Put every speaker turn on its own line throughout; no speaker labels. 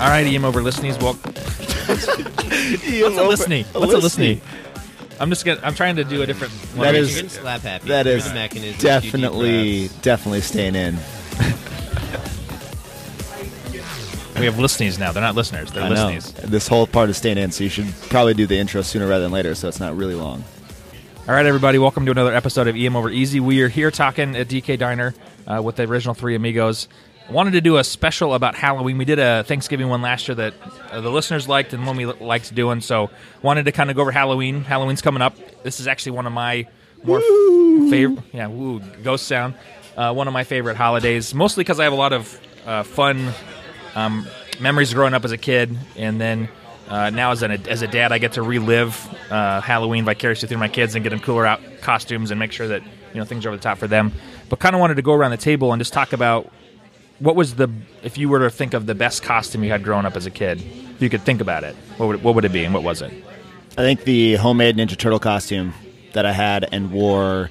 All right, EM over listeners, welcome. What's a listening? What's a listening? I'm just gonna. I'm trying to do a different. one.
That
That
is-
is slap happy.
That
Through
is
the mechanism, two deep
definitely,
breaths.
definitely staying in.
we have listeners now. They're not listeners. They're
I know.
listeners.
This whole part is staying in, so you should probably do the intro sooner rather than later, so it's not really long.
All right, everybody, welcome to another episode of EM Over Easy. We are here talking at DK Diner uh, with the original three amigos. Wanted to do a special about Halloween. We did a Thanksgiving one last year that uh, the listeners liked and one we li- liked doing. So wanted to kind of go over Halloween. Halloween's coming up. This is actually one of my more favorite. Yeah, woo, ghost sound. Uh, one of my favorite holidays, mostly because I have a lot of uh, fun um, memories growing up as a kid, and then uh, now as, an, as a dad, I get to relive uh, Halloween vicariously through my kids and get them cooler out costumes and make sure that you know things are over the top for them. But kind of wanted to go around the table and just talk about what was the if you were to think of the best costume you had growing up as a kid, if you could think about it, what would what would it be and what was it?
I think the homemade Ninja Turtle costume that I had and wore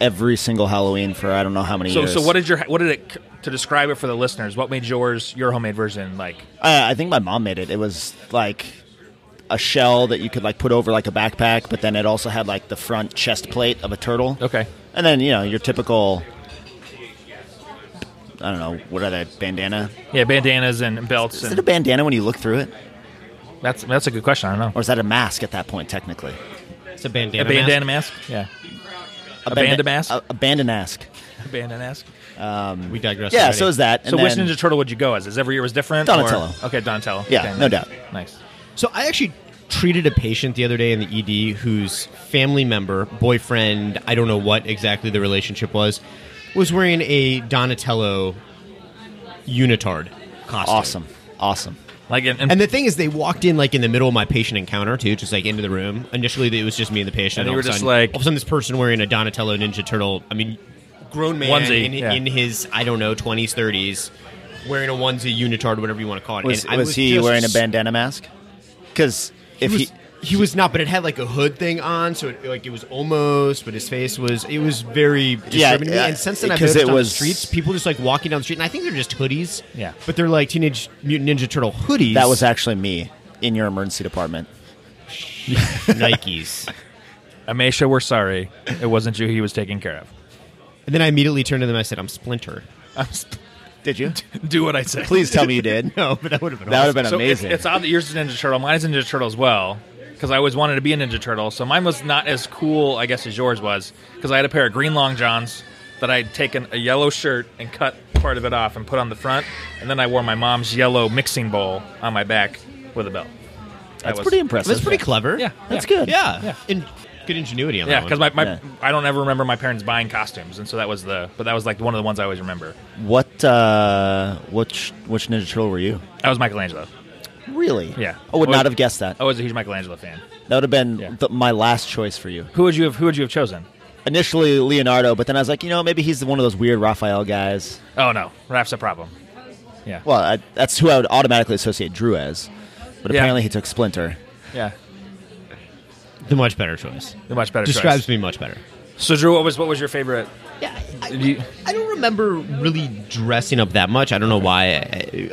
every single Halloween for I don't know how many
So
years.
so what did your what did it to describe it for the listeners? What made yours your homemade version like?
Uh, I think my mom made it. It was like a shell that you could like put over like a backpack, but then it also had like the front chest plate of a turtle.
Okay,
And then you know your typical. I don't know what are they bandana?
yeah, bandanas and belts.
Is it a
And,
bandana when you look through it,
that's that's a good question. I don't know.
or is that a mask at that point technically?
It's a bandana.
A bandana mask? Yeah. A bandana mask?
A, a bandanask.
A bandana mask?
mask. We digress.
Yeah.
already.
So is that. And
So which
then-
Ninja Turtle would you go as? Is every year was different? or-
Donatello.
Okay, Donatello.
Yeah,
Okay,
no
nice.
doubt.
Nice.
So I actually treated a patient the other day in the ED whose family member, boyfriend, I don't know what exactly the relationship was, was wearing a Donatello unitard costume.
Awesome. Awesome.
Like and, and,
And the thing is, they walked in like in the middle of my patient encounter too, just like into the room. Initially, it was just me and the patient.
And you
all
were
of a
just
sudden-
like-
all of a sudden, this person wearing a Donatello Ninja Turtle. I mean, grown man
Onesie,
in,
yeah.
in his I don't know twenties, thirties, wearing a onesie, unitard, whatever you want to call it.
Was,
And I
was, he
just-
wearing a bandana mask? Because if
He
he,
was, he was not, but it had like a hood thing on, so it, like it was almost, but his face was. It was very disturbing
Yeah,
to me.
yeah,
and since then, I've
'cause
noticed
it
on
was-
the streets, people just like walking down the street, and I think they're just hoodies.
Yeah.
but they're like Teenage Mutant Ninja Turtle hoodies.
that was actually me in your emergency department.
Nikes.
Amesha, we're sorry. It wasn't you he was taking care of.
And then I immediately turned to them. I said, "I'm Splinter."
I'm st-
Did you?
do what I say.
Please tell me you did.
No, but that would have been.
That would have been
So it's,
amazing.
it's odd that yours is Ninja Turtle. Mine is Ninja Turtle as well. Because I always wanted to be a Ninja Turtle, so mine was not as cool, I guess, as yours was. Because I had a pair of green long johns that I'd taken a yellow shirt and cut part of it off and put on the front, and then I wore my mom's yellow mixing bowl on my back with a belt. That
That's
was-
pretty impressive.
That's pretty clever.
Yeah,
That's
yeah.
good.
yeah,
Yeah.
In- good ingenuity on
Yeah,
that.
because my, my
Yeah.
I don't ever remember my parents buying costumes, and so that was the but that was like one of the ones I always remember.
What? Uh, which which Ninja Turtle were you?
I was Michelangelo.
Really?
Yeah.
I would
Oh,
not have guessed that.
I was a huge Michelangelo fan.
That would have been
Yeah.
the, my last choice for you.
Who would you have Who would you have chosen?
Initially Leonardo, but then I was like, you know, maybe he's one of those weird Raphael guys.
Oh no, Raph's a problem. Yeah,
Well, I, that's who I would automatically associate Drew as. But
Yeah.
apparently he took Splinter.
yeah,
the much better choice
the much better.
describes
choice.
me much better.
So Drew, what was what was your favorite?
Yeah, I,
Do you-
I don't remember really dressing up that much. I don't know why. I,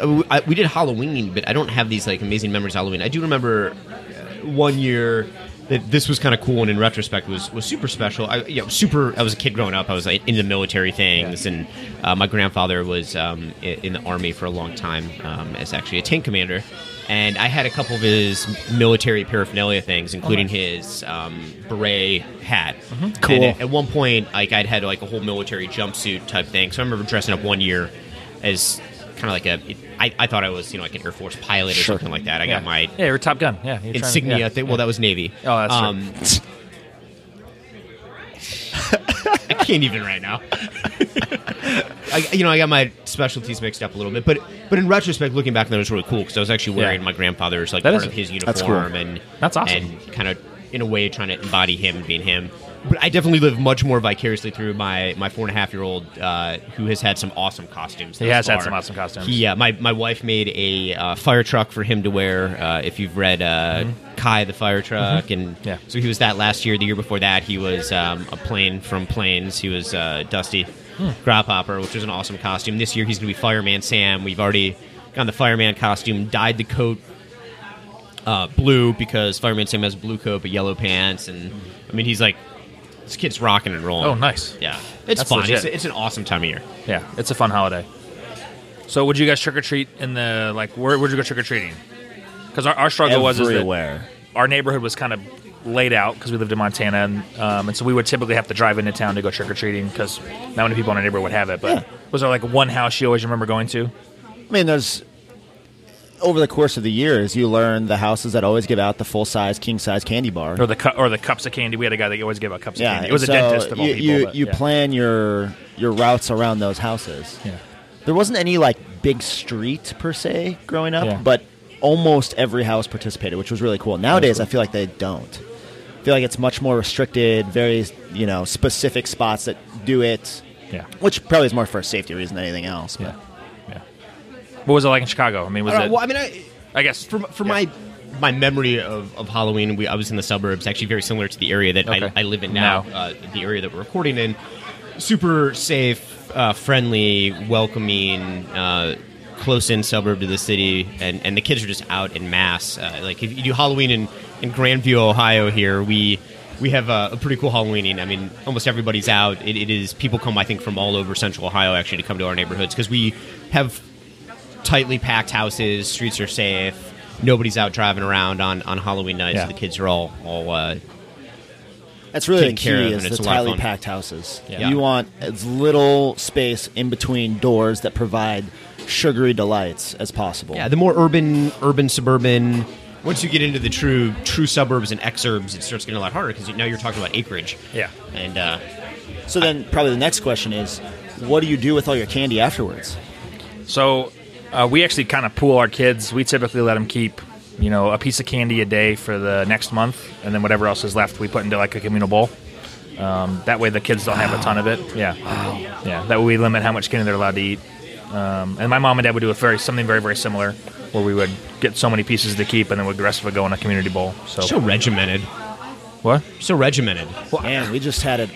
I- I- we did Halloween, but I don't have these like amazing memories of Halloween. I do remember uh, one year that this was kind of cool, and in retrospect was was super special. I you know, super. I was a kid growing up. I was like, into military things, and uh, my grandfather was um, i- in the army for a long time um, as actually a tank commander. And I had a couple of his military paraphernalia things, including his um, beret hat.
Oh, Mm-hmm. Cool.
And at- at one point, like I'd had like a whole military jumpsuit type thing. So I remember dressing up one year as kind of like a. It, I, I thought I was you know like an Air Force pilot or
Sure.
something like that. I
yeah.
got my
yeah, you're Top Gun. Yeah, you're trying to-
insignia
yeah,
thing.
yeah.
Well, that was Navy. Um,
Oh, that's right.
I can't even right now. I, you know, I got my specialties mixed up a little bit, but but in retrospect, looking back, that was really cool because I was actually
Yeah.
wearing my grandfather's like
That
part
is-
of his uniform
that's cool.
and
That's awesome.
and kind of in a way trying to embody him and being him. But I definitely live much more vicariously through my my four and a half year old uh, who has had some awesome costumes.
He
thus
has had
far.
some awesome costumes.
He, uh, my my wife made a uh, fire truck for him to wear. Uh, if you've read uh, Kai the Fire Truck, and
Mm-hmm. Yeah.
so he was that last year. The year before that, he was um, a plane from Planes. He was
Hmm.
uh, Dusty Grasshopper, which was an awesome costume. This year, he's going to be Fireman Sam. We've already on the fireman costume, dyed the coat uh, blue because fireman Sam has a blue coat but yellow pants, and I mean he's like this kid's rocking and rolling.
Oh, nice.
Yeah, it's
That's
fun. It's,
legit.
it's an awesome time of year.
Yeah, it's a fun holiday. So, would you guys trick or treat in the like? Where would you go trick or treating? Because our, our struggle was is that
everywhere.
our neighborhood was kind of laid out because we lived in Montana, and, um, and so we would typically have to drive into town to go trick or treating because not many people in our neighborhood would have it. But
Yeah.
was there like one house you always remember going to?
I mean, there's over the course of the years, you learn the houses that always give out the full size, king size candy bar.
or the cu- or the cups of candy. We had a guy that always gave out cups of
yeah,
candy. It was
so
a dentist of all
you
people.
you,
but,
you
yeah.
plan your your routes around those houses.
Yeah.
There wasn't any like big street per se growing up,
Yeah.
but almost every house participated, which was really cool. Nowadays,
cool.
I feel like they don't. I feel like it's much more restricted. Very you know specific spots that do it,
yeah,
which probably is more for a safety reason than anything else. But.
yeah, yeah. What was it like in Chicago? I mean, was
I don't
it?
know, well, I mean, I,
I guess
for, for
yeah.
my my memory of, of Halloween, we, I was in the suburbs, actually very similar to the area that
Okay.
I, I live in now,
Now.
Uh, the area that we're recording in. Super safe, uh, friendly, welcoming, uh, close in suburb to the city, and, and the kids are just out in mass. Uh, like if you do Halloween in, in Grandview, Ohio, here we. We have a, a pretty cool Halloweening. I mean, almost everybody's out. It, it is people come, I think, from all over Central Ohio actually to come to our neighborhoods because we have tightly packed houses, streets are safe, nobody's out driving around on, on Halloween nights.
Yeah.
The kids are all all uh,
That's really the
taken
key
care of, and
is
it's
the
a lot of
tightly
fun.
packed houses.
Yeah.
You want as little space in between doors that provide sugary delights as possible.
yeah. The more urban, urban suburban. Once you get into the true true suburbs and exurbs, it starts getting a lot harder because now you're talking about acreage.
Yeah.
and uh,
So then probably the next question is, what do you do with all your candy afterwards?
So uh, we actually kind of pool our kids. We typically let them keep, you know, a piece of candy a day for the next month, and then whatever else is left, we put into like a communal bowl. Um, that way, the kids don't have a ton of it. Yeah, yeah. That way, we limit how much candy they're allowed to eat. Um, and my mom and dad would do a very something very very similar, where we would get so many pieces to keep, and then would the rest of it go in a community bowl. So
so regimented,
what?
so regimented.
Man, we just had it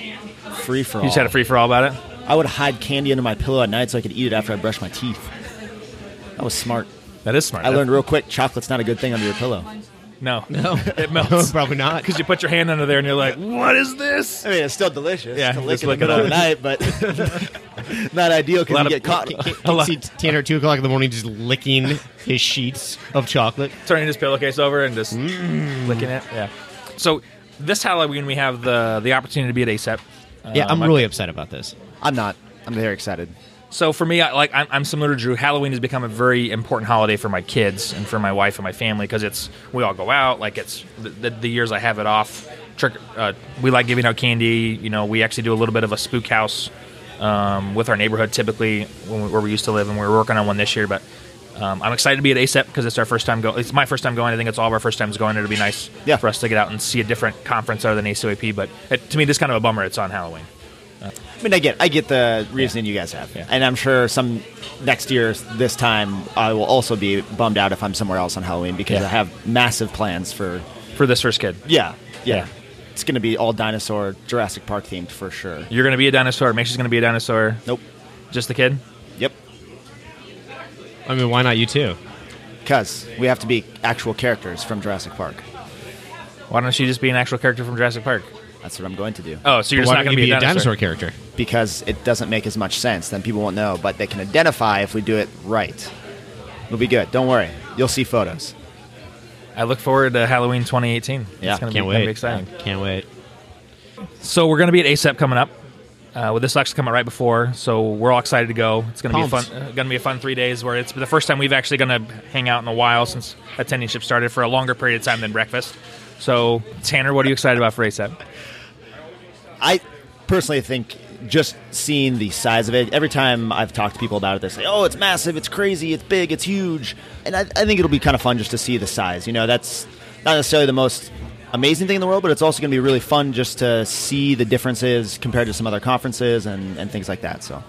free for all.
You just had a free for all about it.
I would hide candy under my pillow at night so I could eat it after I brushed my teeth. That was smart.
That is smart.
I learned real quick chocolate's not a good thing under your pillow.
No, no, it melts
Probably not.
because you put your hand under there and you're like, "What is this?"
I mean, it's still delicious
Yeah,
to lick
just
in the
lick it
middle of
up.
the night, but not ideal because
lot
you
of-
get caught.
A lot-
See Tanner at two o'clock in the morning, just licking his sheets of chocolate.
turning his pillowcase over and just
Mm.
licking it. Yeah. So this Halloween we have the the opportunity to be at ASAP.
Yeah,
Um,
I'm really upset about this.
I'm not. I'm very excited.
So for me, I, like I'm, I'm similar to Drew. Halloween has become a very important holiday for my kids and for my wife and my family because it's we all go out. Like it's the, the, the years I have it off. Trick. Uh, we like giving out candy. You know, we actually do a little bit of a spook house um, with our neighborhood typically when we, where we used to live, and we were working on one this year. But um, I'm excited to be at ASAP because it's our first time going. It's my first time going. I think it's all of our first times going. It'll be nice
Yeah.
for us to get out and see a different conference other than ACAP. But it, to me, this is kind of a bummer. It's on Halloween.
I mean, I get, I get the reasoning you guys have,
Yeah.
and I'm sure some next year, this time, I will also be bummed out if I'm somewhere else on Halloween because
Yeah.
I have massive plans for.
For this first kid,
Yeah, yeah,
Yeah.
it's going to be all dinosaur, Jurassic Park themed for sure.
you're going to be a dinosaur. Make sure she's going to be a dinosaur.
Nope.
Just the kid?
Yep.
I mean, why not you too?
Because we have to be actual characters from Jurassic Park.
Why don't she just be an actual character from Jurassic Park?
That's what I'm going to do.
Oh, so you're just
why
not
don't
going
you
to
be a dinosaur character?
Because it doesn't make as much sense, then people won't know, but they can identify if we do it right. It'll be good. Don't worry. You'll see photos.
I look forward to Halloween 2018.
Yeah,
it's going
Can't
to be
wait.
exciting.
Can't wait.
So we're going to be at ASAP coming up. Uh, well, this will actually come out right before, so we're all excited to go. It's going to be a fun.
Pumped.
Uh, going to be a fun three days where it's the first time we've actually going to hang out in a while since attendingship started for a longer period of time than breakfast. So Tanner, what are you excited about for ASAP?
I personally think just seeing the size of it, every time I've talked to people about it, they say, oh, it's massive, it's crazy, it's big, it's huge. And I, I think it'll be kind of fun just to see the size. You know, that's not necessarily the most amazing thing in the world, but it's also going to be really fun just to see the differences compared to some other conferences and, and things like that. So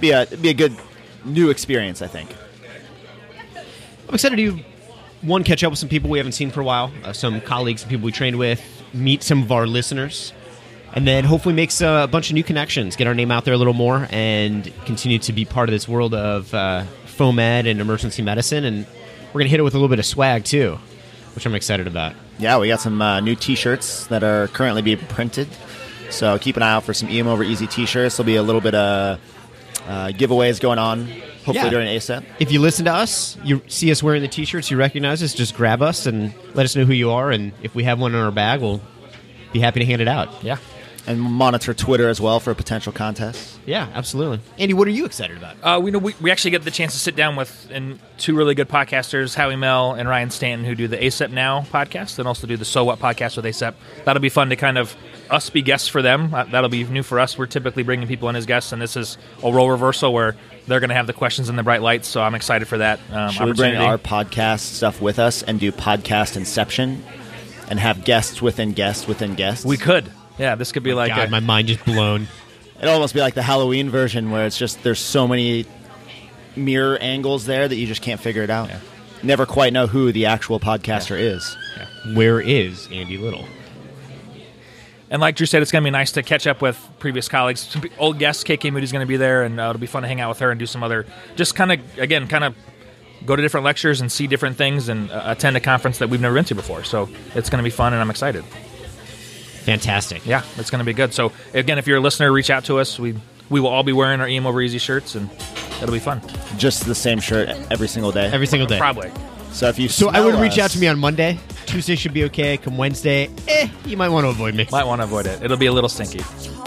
be a, it'd be a good new experience, I think.
I'm excited to one catch up with some people we haven't seen for a while, uh, some colleagues and people we trained with, meet some of our listeners, and then hopefully makes uh, a bunch of new connections, get our name out there a little more, and continue to be part of this world of uh, fomed and emergency medicine, and we're gonna hit it with a little bit of swag too, which I'm excited about.
Yeah, we got some uh, new T-shirts that are currently being printed. So keep an eye out for some EM over Easy T-shirts. There'll be a little bit of uh, giveaways going on. Hopefully
Yeah.
during ASAP.
If you listen to us, you see us wearing the t-shirts, you recognize us, just grab us and let us know who you are, and if we have one in our bag, we'll be happy to hand it out.
Yeah.
And monitor Twitter as well for a potential contest.
Yeah, absolutely. Andy, what are you excited about?
Uh, we know we, we actually get the chance to sit down with and two really good podcasters, Howie Mel and Ryan Stanton, who do the ASAP Now podcast and also do the So What podcast with ASAP. That'll be fun to kind of us be guests for them. Uh, that'll be new for us. We're typically bringing people in as guests, and this is a role reversal where they're going to have the questions and the bright lights. So I'm excited for that. Um,
Should we bring
opportunity.
our podcast stuff with us and do podcast inception and have guests within guests within guests?
We could. Yeah, this could be like
God,
a-
my mind just blown.
It'll almost be like the Halloween version where it's just there's so many mirror angles there that you just can't figure it out.
Yeah.
Never quite know who the actual podcaster is.
Where is Andy Little?
And like Drew said, it's going to be nice to catch up with previous colleagues. Some pe- Old guest KK Moody's going to be there, and uh, it'll be fun to hang out with her and do some other, just kind of, again, kind of go to different lectures and see different things and uh, attend a conference that we've never been to before. So it's going to be fun, and I'm excited.
Fantastic.
Yeah, it's going to be good. So again, if you're a listener, reach out to us. We we will all be wearing our EM over easy shirts, and it'll be fun.
Just the same shirt every single day.
Every single day.
Probably.
so if you
So I
smell
would reach
us-
out to me on Monday. Tuesday should be okay. Come Wednesday, eh, you might want to avoid me.
Might want to avoid it. It'll be a little stinky.